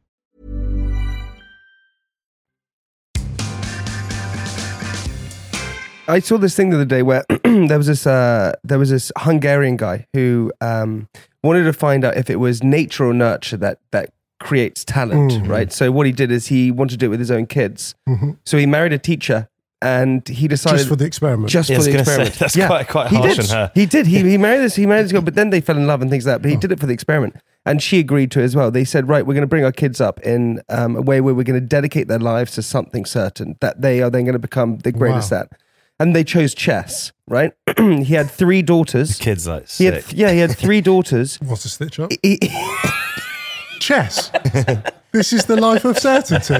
[SPEAKER 3] I saw this thing the other day where (clears throat) there was this uh, there was this Hungarian guy who um, wanted to find out if it was nature or nurture that that creates talent,
[SPEAKER 5] Mm-hmm.
[SPEAKER 3] right? So what he did is he wanted to do it with his own kids. So he married a teacher, and he decided
[SPEAKER 5] Just for the experiment.
[SPEAKER 3] just
[SPEAKER 6] Yeah, I
[SPEAKER 3] for
[SPEAKER 6] was
[SPEAKER 3] the
[SPEAKER 6] gonna say,
[SPEAKER 3] experiment.
[SPEAKER 6] that's quite- quite
[SPEAKER 3] he
[SPEAKER 6] harsh
[SPEAKER 3] did.
[SPEAKER 6] on her. Mm-hmm.
[SPEAKER 3] He did. He,
[SPEAKER 6] (laughs)
[SPEAKER 3] he married this. He married this girl, but then they fell in love and things like that. But he did it for the experiment, and she agreed to it as well. They said, right, we're going to bring our kids up in um, a way where we're going to dedicate their lives to something certain that they are then going to become the greatest
[SPEAKER 5] Wow.
[SPEAKER 3] at. And they chose chess. Right? (clears throat) he had three daughters.
[SPEAKER 6] Kids like
[SPEAKER 3] He had
[SPEAKER 6] sick.
[SPEAKER 3] th- yeah, he had three daughters.
[SPEAKER 5] What's a stitch up?
[SPEAKER 3] He-
[SPEAKER 5] Chess. this is the life of
[SPEAKER 3] (laughs)
[SPEAKER 5] certainty.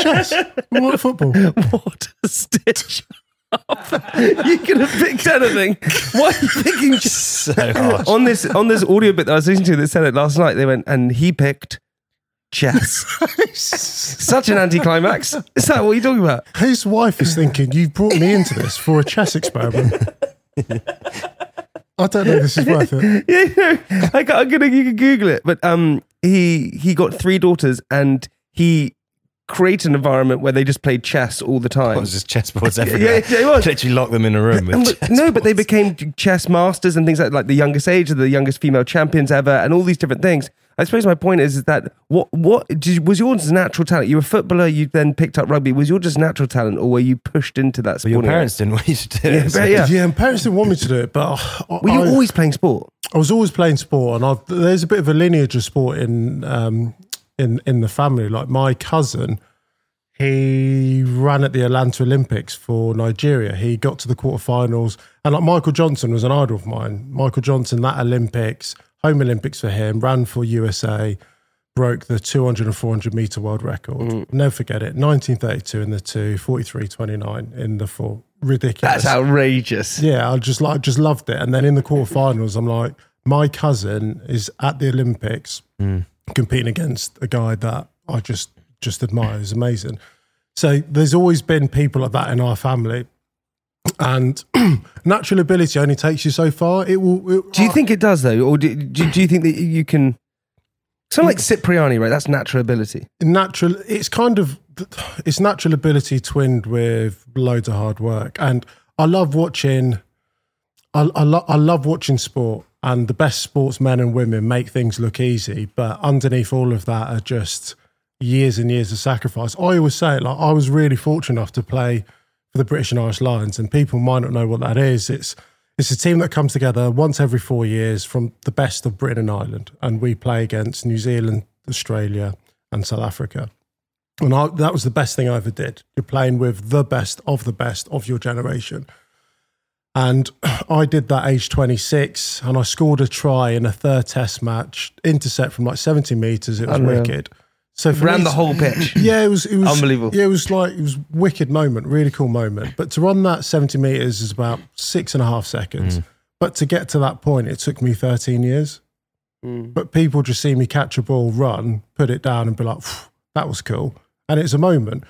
[SPEAKER 5] Chess. What football?
[SPEAKER 3] (laughs) what a stitch up. (laughs) you could have picked anything. Why are you picking
[SPEAKER 6] (laughs) so harsh.
[SPEAKER 3] (laughs) on this on this audio bit that I was listening to that said it last night, they went and he picked (laughs) chess. Such an anticlimax. Is that what you're talking about? (laughs)
[SPEAKER 5] His wife is thinking, you've brought me into this for a
[SPEAKER 3] (laughs)
[SPEAKER 5] chess experiment. I don't know this is worth it.
[SPEAKER 3] Yeah, you know, I ca- I'm gonna you can Google it. But um, he he got three daughters and he created an environment where they just played chess all the time.
[SPEAKER 6] It was just chessboards everywhere.
[SPEAKER 3] yeah, yeah, it was.
[SPEAKER 6] Literally locked them in a room.
[SPEAKER 3] And
[SPEAKER 6] With
[SPEAKER 3] but- no, but they
[SPEAKER 6] chessboards.
[SPEAKER 3] became chess masters and things like like the youngest age, the youngest female champions ever, and all these different things. I suppose my point is, is that what what did, was yours natural talent? You were a footballer, you then picked up rugby. Was your just natural talent, or were you pushed into that
[SPEAKER 6] But
[SPEAKER 3] sport?
[SPEAKER 6] your parents didn't want you to do
[SPEAKER 3] Yeah,
[SPEAKER 6] it. so-
[SPEAKER 3] but yeah.
[SPEAKER 5] Yeah. and parents didn't want me to do it, but I,
[SPEAKER 3] Were you
[SPEAKER 5] I,
[SPEAKER 3] always playing sport?
[SPEAKER 5] I was always playing sport, and I've, there's a bit of a lineage of sport in um, in in the family. Like my cousin, he ran at the Atlanta Olympics for Nigeria. He got to the quarterfinals, and like Michael Johnson was an idol of mine. Michael Johnson, that Olympics, home Olympics for him, ran for USA, broke the 200 and 400 meter world record. Never forget it. 1932 in the two, 43.29 in the four. Ridiculous.
[SPEAKER 3] That's outrageous.
[SPEAKER 5] Yeah, I just like just loved it. And then in the quarterfinals, I'm like, my cousin is at the Olympics
[SPEAKER 3] Hmm.
[SPEAKER 5] competing against a guy that I just just admire. It's amazing. So there's always been people like that in our family, and (clears throat) natural ability only takes you so far. It will. It, uh,
[SPEAKER 3] Do you think it does though, or do, do, do you think that you can? Sound like Cipriani, right? That's natural ability.
[SPEAKER 5] natural it's kind of it's natural ability twinned with loads of hard work and i love watching i, I, lo- I love watching sport and the best sportsmen and women make things look easy but underneath all of that are just years and years of sacrifice i always say it, like i was really fortunate enough to play for the british and irish lions and people might not know what that is it's it's a team that comes together once every four years from the best of Britain and Ireland, and we play against New Zealand, Australia, and South Africa. And I, that was the best thing I ever did. You're playing with the best of the best of your generation. And (clears throat) I did that age 26, and I scored a try in a third test match, intercept from like 70 meters. It was
[SPEAKER 3] Unreal.
[SPEAKER 5] wicked. So for
[SPEAKER 3] Ran
[SPEAKER 5] me
[SPEAKER 3] the
[SPEAKER 5] to-
[SPEAKER 3] whole pitch.
[SPEAKER 5] yeah, it was it was
[SPEAKER 3] Unbelievable.
[SPEAKER 5] Yeah, it was like it was a wicked moment, really cool moment. But to run that seventy meters is about six and a half seconds. But to get to that point, it took me thirteen years. But people just see me catch a ball, run, put it down, and be like, "Phew, that was cool. And it's a moment.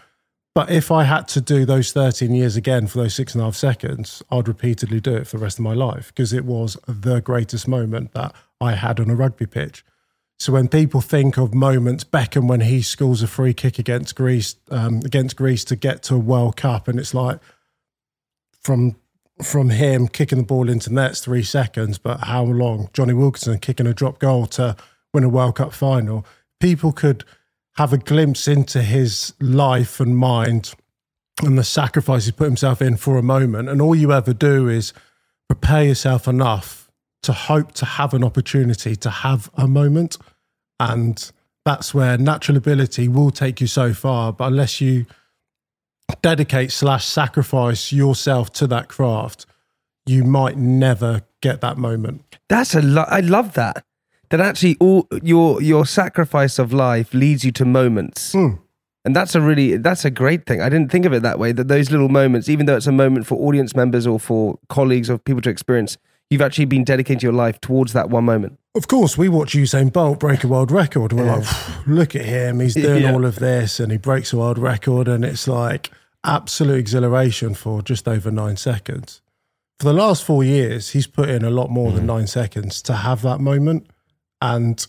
[SPEAKER 5] But if I had to do those 13 years again for those six and a half seconds, I'd repeatedly do it for the rest of my life because it was the greatest moment that I had on a rugby pitch. So when people think of moments, Beckham when he scores a free kick against Greece, um, against Greece to get to a World Cup, and it's like from from him kicking the ball into nets three seconds, but how long? Johnny Wilkinson kicking a drop goal to win a World Cup final. People could have a glimpse into his life and mind and the sacrifice he put himself in for a moment. And all you ever do is prepare yourself enough to hope to have an opportunity to have a moment. And that's where natural ability will take you so far. But unless you dedicate slash sacrifice yourself to that craft, you might never get that moment.
[SPEAKER 3] That's a lo- I love that. That actually all your your sacrifice of life leads you to moments. And that's a really that's a great thing. I didn't think of it that way that those little moments even though it's a moment for audience members or for colleagues or people to experience, you've actually been dedicating your life towards that one moment.
[SPEAKER 5] Of course, we watch Usain Bolt break a world record. We're like, "Phew, look at him. He's doing
[SPEAKER 3] Yeah.
[SPEAKER 5] all of this and he breaks a world record. And it's like absolute exhilaration for just over nine seconds. For the last four years, he's put in a lot more than nine seconds to have that moment. And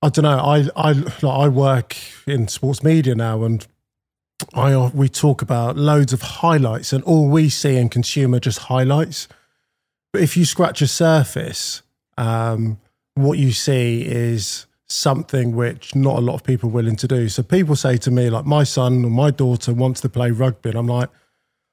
[SPEAKER 5] I don't know. I I like, I work in sports media now, and I we talk about loads of highlights, and all we see and consume are just highlights. But if you scratch a surface, um, what you see is something which not a lot of people are willing to do. So people say to me, like my son or my daughter wants to play rugby, and I'm like, (sighs)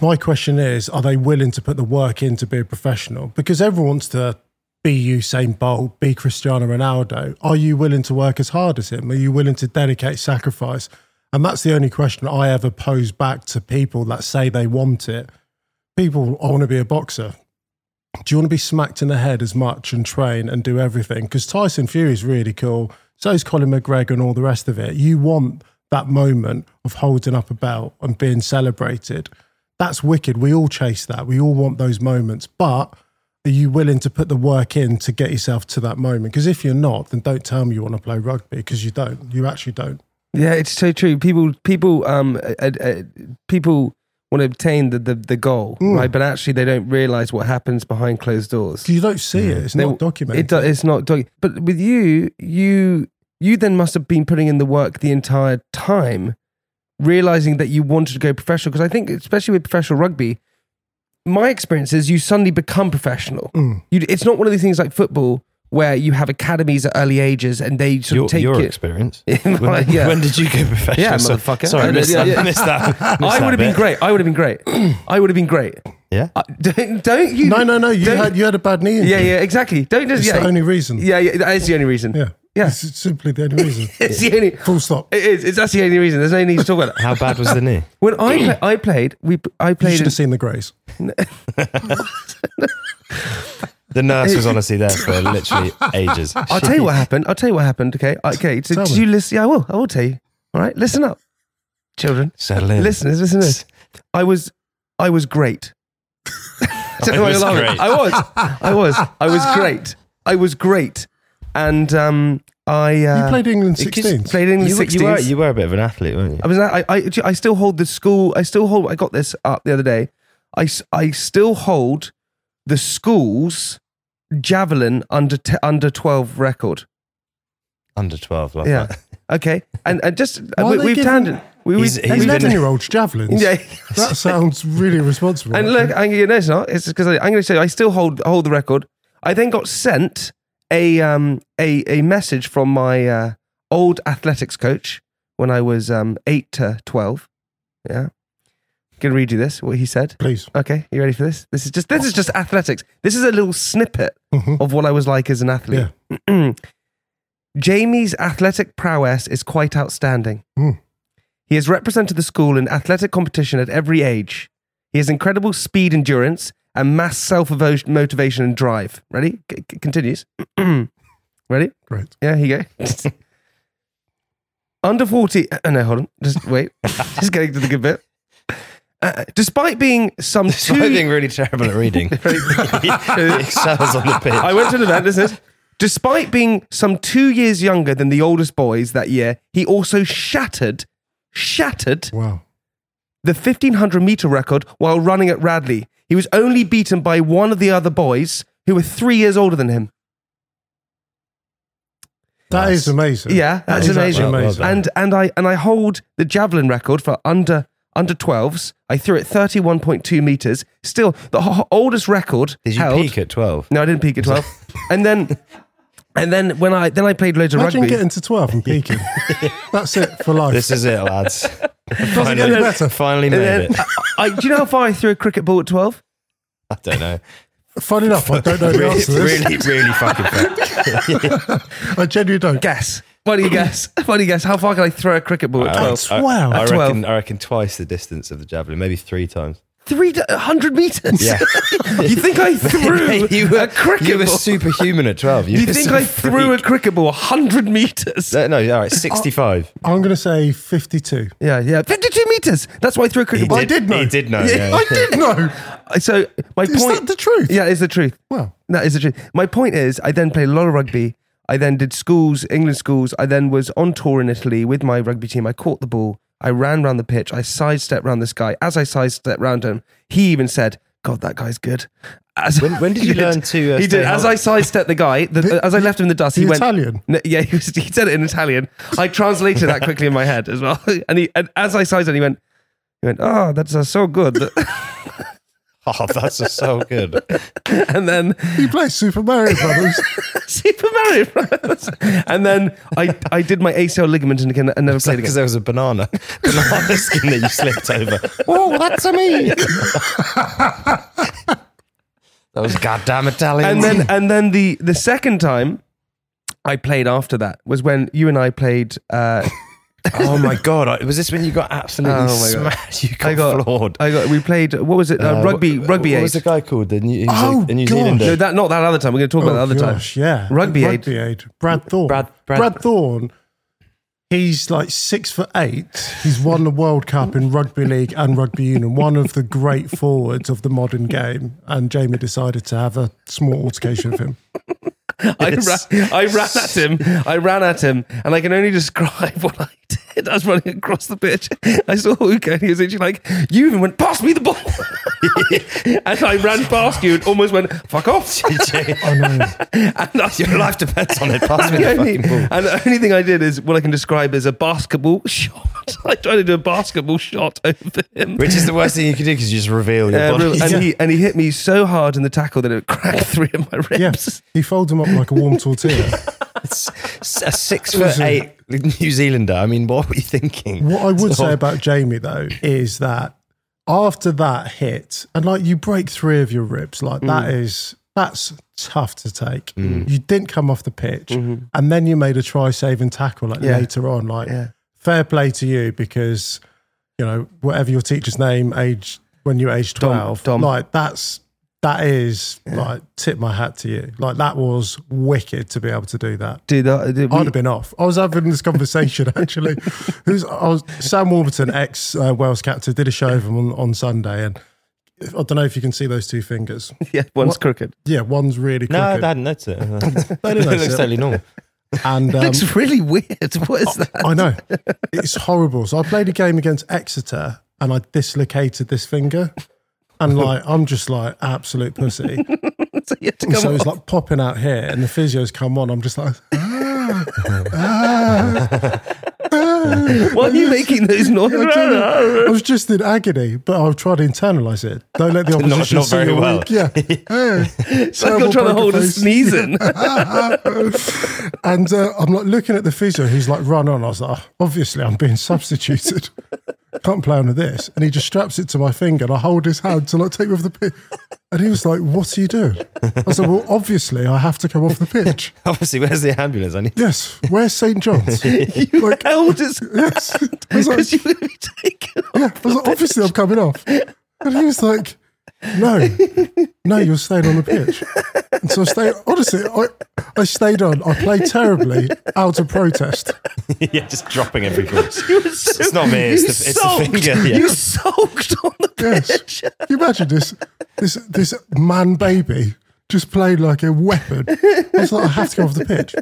[SPEAKER 5] my question is, are they willing to put the work in to be a professional? Because everyone wants to be Usain Bolt, be Cristiano Ronaldo. Are you willing to work as hard as him? Are you willing to dedicate sacrifice? And that's the only question I ever pose back to people that say they want it. People, I want to be a boxer. Do you want to be smacked in the head as much and train and do everything? Because Tyson Fury is really cool. So is Colin McGregor and all the rest of it. You want that moment of holding up a belt and being celebrated. That's wicked. We all chase that. We all want those moments. But are you willing to put the work in to get yourself to that moment? Because if you're not, then don't tell me you want to play rugby because you don't. You actually don't.
[SPEAKER 3] Yeah, it's so true. People, people, um, uh, uh, uh, people want to obtain the the, the goal, right? But actually, they don't realize what happens behind closed doors.
[SPEAKER 5] 'Cause You don't see it. It's
[SPEAKER 3] They-
[SPEAKER 5] not documented.
[SPEAKER 3] It, do- it's not documented. But with you, you, you then must have been putting in the work the entire time, realizing that you wanted to go professional. Because I think, especially with professional rugby, my experience is you suddenly become professional.
[SPEAKER 5] Mm.
[SPEAKER 3] You, it's not one of these things like football where you have academies at early ages and they sort
[SPEAKER 6] Your,
[SPEAKER 3] of take
[SPEAKER 6] your
[SPEAKER 3] it.
[SPEAKER 6] experience.
[SPEAKER 3] (laughs) Yeah.
[SPEAKER 6] when, when did you go professional?
[SPEAKER 3] Yeah,
[SPEAKER 6] So-
[SPEAKER 3] motherfucker.
[SPEAKER 6] Sorry, I missed,
[SPEAKER 3] Yeah, yeah.
[SPEAKER 6] That, missed that. missed
[SPEAKER 3] (laughs) I
[SPEAKER 6] that
[SPEAKER 3] would have been
[SPEAKER 6] bit.
[SPEAKER 3] great. I would have been
[SPEAKER 5] (clears throat)
[SPEAKER 3] great. I would have been great.
[SPEAKER 6] Yeah.
[SPEAKER 3] I- don't, don't you?
[SPEAKER 5] no, no, no. You
[SPEAKER 3] don't-
[SPEAKER 5] had you had a bad knee. Injury.
[SPEAKER 3] Yeah, yeah, exactly. Don't just.
[SPEAKER 5] It's
[SPEAKER 3] yeah,
[SPEAKER 5] the only reason.
[SPEAKER 3] Yeah, yeah, that is the only reason.
[SPEAKER 5] yeah,
[SPEAKER 3] yeah.
[SPEAKER 5] It's simply the only reason.
[SPEAKER 3] (laughs) It's the only.
[SPEAKER 5] Full stop.
[SPEAKER 3] It is. It's, that's the only reason. There's no need to talk
[SPEAKER 4] (laughs)
[SPEAKER 3] about that.
[SPEAKER 6] How bad was the knee?
[SPEAKER 3] When I play, I played, we I
[SPEAKER 5] You
[SPEAKER 3] played.
[SPEAKER 5] should
[SPEAKER 3] in-
[SPEAKER 5] have seen the Greys.
[SPEAKER 6] The nurse
[SPEAKER 3] (laughs)
[SPEAKER 6] was honestly there for literally ages.
[SPEAKER 3] I'll tell you what happened. I'll tell you what happened. Okay, okay. So,
[SPEAKER 5] Tell
[SPEAKER 3] did
[SPEAKER 5] me.
[SPEAKER 3] you listen? Yeah, I will. I will tell you. All right, listen up, children,
[SPEAKER 6] Settle
[SPEAKER 4] um,
[SPEAKER 6] in.
[SPEAKER 3] listeners, listeners. I was, I was great. (laughs) Don't know why
[SPEAKER 6] was
[SPEAKER 3] you're laughing.
[SPEAKER 6] great.
[SPEAKER 3] I was, I was, I was great. I was great, and um, I uh,
[SPEAKER 5] you played England
[SPEAKER 6] it gives-
[SPEAKER 5] 16s.
[SPEAKER 3] played in the
[SPEAKER 6] You, were-
[SPEAKER 3] 16s.
[SPEAKER 6] you, were, you were a bit of an athlete, weren't you?
[SPEAKER 3] I was. I, I. I still hold the school. I still hold. I got this up the other day. I. s- I still hold the school's javelin under t- under twelve record.
[SPEAKER 6] Under 12, love (laughs)
[SPEAKER 3] Yeah.
[SPEAKER 6] that.
[SPEAKER 3] (laughs) Okay. And, and just
[SPEAKER 5] Why
[SPEAKER 3] we,
[SPEAKER 5] are they
[SPEAKER 3] we've
[SPEAKER 5] giving-
[SPEAKER 3] tangent. We,
[SPEAKER 6] He's- he's been-
[SPEAKER 5] 11 year olds javelins.
[SPEAKER 3] Yeah.
[SPEAKER 5] That sounds
[SPEAKER 6] (laughs)
[SPEAKER 5] really responsible.
[SPEAKER 3] And look, I'm, you know, it's not. It's because I'm going to say I still hold hold the record. I then got sent a um a a message from my uh, old athletics coach when I was um eight to twelve. Yeah, gonna read you this. What he said.
[SPEAKER 5] please.
[SPEAKER 3] Okay, you ready for this? This is just this is just athletics. This is a little snippet
[SPEAKER 5] Mhm.
[SPEAKER 3] of what I was like as an athlete. (clears throat) Jamie's athletic prowess is quite outstanding.
[SPEAKER 5] Mm.
[SPEAKER 3] He has represented the school in athletic competition at every age. He has incredible speed, endurance, and mass self motivation and drive. Ready? C- c- continues. (clears throat) ready?
[SPEAKER 5] Great.
[SPEAKER 3] Yeah, here you go. Under 40. uh, no, hold on. Just wait. Just getting to the good bit. Uh, despite being some
[SPEAKER 6] Despite
[SPEAKER 3] two.
[SPEAKER 6] (laughs) being really terrible at reading, he excels on the pitch.
[SPEAKER 3] I went to an event, this is. Despite being some two years younger than the oldest boys that year, he also shattered, shattered
[SPEAKER 5] Wow.
[SPEAKER 3] the 1500 meter record while running at Radley. He was only beaten by one of the other boys who were three years older than him.
[SPEAKER 5] that is amazing.
[SPEAKER 3] Yeah, that's
[SPEAKER 5] That is
[SPEAKER 3] amazing.
[SPEAKER 5] actually
[SPEAKER 4] amazing.
[SPEAKER 3] And and I and I hold the javelin record for under under 12s. I threw it 31.2 meters. Still, the ho- oldest record
[SPEAKER 6] Did you
[SPEAKER 3] held.
[SPEAKER 6] peak at
[SPEAKER 3] (laughs)
[SPEAKER 6] 12?
[SPEAKER 3] No, I didn't peak
[SPEAKER 6] (laughs)
[SPEAKER 3] at 12. and then and then when I then I played loads of
[SPEAKER 5] Imagine
[SPEAKER 3] rugby.
[SPEAKER 5] getting to 12
[SPEAKER 3] (laughs)
[SPEAKER 5] and peaking. That's it for life.
[SPEAKER 6] This is it, lads.
[SPEAKER 5] Doesn't get any
[SPEAKER 6] (laughs)
[SPEAKER 5] better.
[SPEAKER 6] finally
[SPEAKER 3] and
[SPEAKER 6] made
[SPEAKER 3] then,
[SPEAKER 6] it.
[SPEAKER 3] I, I- do you know how far I threw a cricket ball at 12?
[SPEAKER 6] I don't know.
[SPEAKER 5] Fun enough, I don't know
[SPEAKER 3] (laughs)
[SPEAKER 5] the
[SPEAKER 6] really,
[SPEAKER 5] answer to this.
[SPEAKER 6] really, really fucking fair.
[SPEAKER 5] I genuinely don't.
[SPEAKER 3] Guess.
[SPEAKER 6] (coughs)
[SPEAKER 3] Funny guess. Funny guess. How far can I throw a cricket ball at 12?
[SPEAKER 6] I-
[SPEAKER 5] Wow.
[SPEAKER 6] I,
[SPEAKER 3] At
[SPEAKER 6] reckon, I reckon twice the distance of the javelin, maybe three times.
[SPEAKER 3] 300 meters.
[SPEAKER 6] Yeah.
[SPEAKER 3] (laughs) you
[SPEAKER 6] (laughs)
[SPEAKER 3] think I threw
[SPEAKER 6] you were,
[SPEAKER 3] a cricket
[SPEAKER 6] you were
[SPEAKER 3] ball?
[SPEAKER 6] superhuman at 12. You,
[SPEAKER 3] you
[SPEAKER 6] were
[SPEAKER 3] think
[SPEAKER 6] some
[SPEAKER 3] I threw a
[SPEAKER 6] freak.
[SPEAKER 3] cricket ball 100 meters?
[SPEAKER 6] No, no, all right, 65.
[SPEAKER 5] I'm going to say 52.
[SPEAKER 3] Yeah, yeah. 52 meters. That's why I threw a cricket ball.
[SPEAKER 5] did know.
[SPEAKER 6] He did know.
[SPEAKER 3] (laughs) Yeah.
[SPEAKER 6] Yeah.
[SPEAKER 5] I did know.
[SPEAKER 3] So my
[SPEAKER 5] Is
[SPEAKER 3] point
[SPEAKER 5] that the truth?
[SPEAKER 3] Yeah, it's the truth.
[SPEAKER 5] Wow.
[SPEAKER 3] That is the truth. My point is, I then played a lot of rugby. I then did schools, England schools. I then was on tour in Italy with my rugby team. I caught the ball. I ran round the pitch. I sidestepped round this guy. As I sidestepped round him, he even said, "God, that guy's good." As
[SPEAKER 6] When- when did you learn to, uh,
[SPEAKER 3] (laughs) he
[SPEAKER 6] stay
[SPEAKER 3] did. As
[SPEAKER 6] humble?
[SPEAKER 3] I sidestepped the guy, the, as I left him in the dust, he
[SPEAKER 5] The
[SPEAKER 3] went
[SPEAKER 5] Italian?
[SPEAKER 3] No, yeah, (laughs) he, was, he said it in Italian. I translated that quickly in my head as well. (laughs) And he, and as I sidestepped, he went, he went, "Oh, that's uh, so good." (laughs)
[SPEAKER 6] Oh, that's just so good.
[SPEAKER 3] and then (laughs)
[SPEAKER 5] You play Super Mario Brothers.
[SPEAKER 3] Super Mario Bros. and then I, I did my ACL ligament and again, I never played
[SPEAKER 6] Because
[SPEAKER 3] again.
[SPEAKER 6] there was a banana, (laughs) banana skin that you slipped over.
[SPEAKER 5] oh, that's a me.
[SPEAKER 6] Those goddamn Italians.
[SPEAKER 3] And then and then the the second time I played after that was when you and I played. Uh,
[SPEAKER 6] (laughs) oh my god, I- was this when you got absolutely
[SPEAKER 3] Oh my God.
[SPEAKER 6] smashed? You (laughs) got,
[SPEAKER 3] I got
[SPEAKER 6] floored.
[SPEAKER 3] I got. We played. What was it? Uh,
[SPEAKER 6] Uh,
[SPEAKER 3] rugby.
[SPEAKER 6] what-
[SPEAKER 3] rugby
[SPEAKER 6] What
[SPEAKER 3] aid.
[SPEAKER 6] was the guy called? The New, he was
[SPEAKER 5] Oh,
[SPEAKER 6] a, a New
[SPEAKER 5] gosh.
[SPEAKER 6] Zealander.
[SPEAKER 3] no, that not that other time. We're going to talk about
[SPEAKER 5] Oh,
[SPEAKER 3] that other
[SPEAKER 5] gosh,
[SPEAKER 3] time.
[SPEAKER 5] yeah.
[SPEAKER 3] Rugby aid.
[SPEAKER 5] Rugby aid. Brad Thorne.
[SPEAKER 6] Brad- Brad-
[SPEAKER 5] Thorne. He's like six foot eight. He's won the World Cup in rugby league and rugby union. One of the great forwards of the modern game. And Jamie decided to have a small altercation
[SPEAKER 3] (laughs)
[SPEAKER 5] with him.
[SPEAKER 3] I, ran, I ran at him. I ran at him, and I can only describe (laughs) what I did. I was running across the pitch. I saw Uko, and he was literally like, "You even went past me the ball," (laughs) and I ran past you and almost went, "Fuck off." (laughs)
[SPEAKER 5] I know.
[SPEAKER 3] And I,
[SPEAKER 6] Your (laughs) life depends
[SPEAKER 3] (laughs)
[SPEAKER 6] on it. Pass me
[SPEAKER 3] the
[SPEAKER 6] the
[SPEAKER 3] only,
[SPEAKER 6] fucking ball.
[SPEAKER 3] (laughs) and the only thing I did is what I can describe as a basketball (laughs) shot. I tried to do a basketball shot over him.
[SPEAKER 6] Which is the worst thing you could do because you just reveal your
[SPEAKER 3] Uh,
[SPEAKER 6] body.
[SPEAKER 3] (laughs)
[SPEAKER 6] (laughs)
[SPEAKER 3] and, he, and he hit me so hard in the tackle that it cracked (laughs) three of my ribs.
[SPEAKER 5] Yeah. He folds him up like a warm tortilla.
[SPEAKER 6] It's a
[SPEAKER 3] (laughs)
[SPEAKER 6] six foot eight New Zealander. I mean, what were you thinking?
[SPEAKER 5] What I would
[SPEAKER 6] So-
[SPEAKER 5] say about Jamie though is that after that hit, and like you break three of your ribs, like that
[SPEAKER 3] Mm.
[SPEAKER 5] is that's tough to take. You didn't come off the pitch, and then you made a try, save, and tackle like
[SPEAKER 3] Mm-hmm. Yeah.
[SPEAKER 5] later on. Like
[SPEAKER 3] Yeah.
[SPEAKER 5] fair play to you because you know whatever your teacher's name, age when you're age
[SPEAKER 3] Dom-
[SPEAKER 5] twelve,
[SPEAKER 3] Dom.
[SPEAKER 5] like that's that is like tip my hat to you. Like that was wicked to be able to do that.
[SPEAKER 3] Dude, that, dude, we-
[SPEAKER 5] I'd have been off. I was having this conversation (laughs) actually. Who's I was Sam Warburton, ex uh, Wales captain, did a show of him on, on Sunday, and I don't know if you can see those two fingers.
[SPEAKER 3] yeah, one's
[SPEAKER 5] What-
[SPEAKER 3] crooked.
[SPEAKER 5] Yeah, one's really
[SPEAKER 6] No, I
[SPEAKER 5] crooked.
[SPEAKER 6] hadn't noticed
[SPEAKER 3] (laughs)
[SPEAKER 6] it. (laughs) it
[SPEAKER 5] didn't notice
[SPEAKER 6] looks
[SPEAKER 5] it.
[SPEAKER 6] totally normal. (laughs)
[SPEAKER 5] and um, Oh,
[SPEAKER 3] Looks really weird. What is that?
[SPEAKER 5] I know it's horrible. So I played a game against Exeter, and I dislocated this finger, and like I'm just like absolute pussy.
[SPEAKER 3] (laughs) So you had to come
[SPEAKER 5] so it's
[SPEAKER 3] off.
[SPEAKER 5] like popping out here, and the physio's come on. I'm just like,
[SPEAKER 3] Why are you making those
[SPEAKER 5] (laughs)
[SPEAKER 3] noises?
[SPEAKER 5] I was just in agony, but I've tried to internalise it.
[SPEAKER 3] (laughs)
[SPEAKER 5] Don't let the
[SPEAKER 6] Not-
[SPEAKER 5] opposition
[SPEAKER 6] not
[SPEAKER 5] see
[SPEAKER 6] very
[SPEAKER 5] your
[SPEAKER 6] well.
[SPEAKER 5] weak- Yeah. Hey,
[SPEAKER 3] It's like you're
[SPEAKER 5] terrible
[SPEAKER 3] trying to
[SPEAKER 5] poker
[SPEAKER 3] hold a
[SPEAKER 5] face.
[SPEAKER 3] sneeze in.
[SPEAKER 5] (laughs) and uh, I'm like looking at the physio. He's like, run on. I was like, oh, obviously, I'm being substituted. (laughs) Can't play on with this. And he just straps it to my finger and I hold his hand to like take me off the pitch. And he was like, what are you doing? I said, well, obviously, I have to come off the pitch.
[SPEAKER 3] (laughs)
[SPEAKER 6] Obviously, where's the ambulance? I need. (laughs)
[SPEAKER 5] Yes. Where's St. John's?
[SPEAKER 3] you held his
[SPEAKER 5] Yes. (laughs)
[SPEAKER 3] (laughs)
[SPEAKER 5] I was like,
[SPEAKER 3] because you were going to be taken off.
[SPEAKER 5] (laughs) Yeah, I was like, obviously I'm coming off. And he was like, no, no, you're staying on the pitch. And so I stayed, honestly, I, I stayed on. I played terribly out of protest.
[SPEAKER 6] yeah, just dropping every ball.
[SPEAKER 3] (laughs) You were so-
[SPEAKER 6] It's not me, it's
[SPEAKER 3] you
[SPEAKER 6] the- it's the finger, yeah.
[SPEAKER 3] You sulked on the
[SPEAKER 5] Yes.
[SPEAKER 3] pitch.
[SPEAKER 5] Can you imagine this, this, this man baby just played like a weapon. I was like, I have to go off the pitch.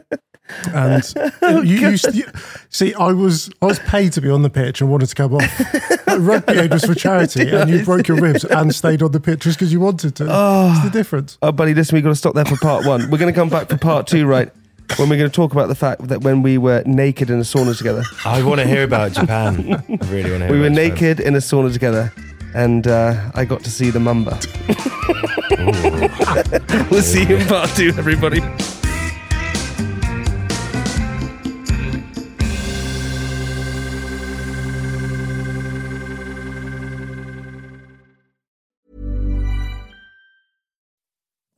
[SPEAKER 5] And you, you, you see, I was I was paid to be on the pitch and wanted to come off. But rugby aid was for charity, and you broke your ribs and stayed on the pitch just because you wanted to. What's the difference?
[SPEAKER 3] Oh, buddy, listen, we've got to stop there for part one. We're going to come back for part two, right? When we're going to talk about the fact that when we were naked in a sauna together,
[SPEAKER 6] I want to hear about Japan. I really want to hear
[SPEAKER 3] we were
[SPEAKER 6] about
[SPEAKER 3] naked in a sauna together, and uh, I got to see the
[SPEAKER 5] (laughs)
[SPEAKER 3] mamba. (laughs) we'll see you in part two, everybody.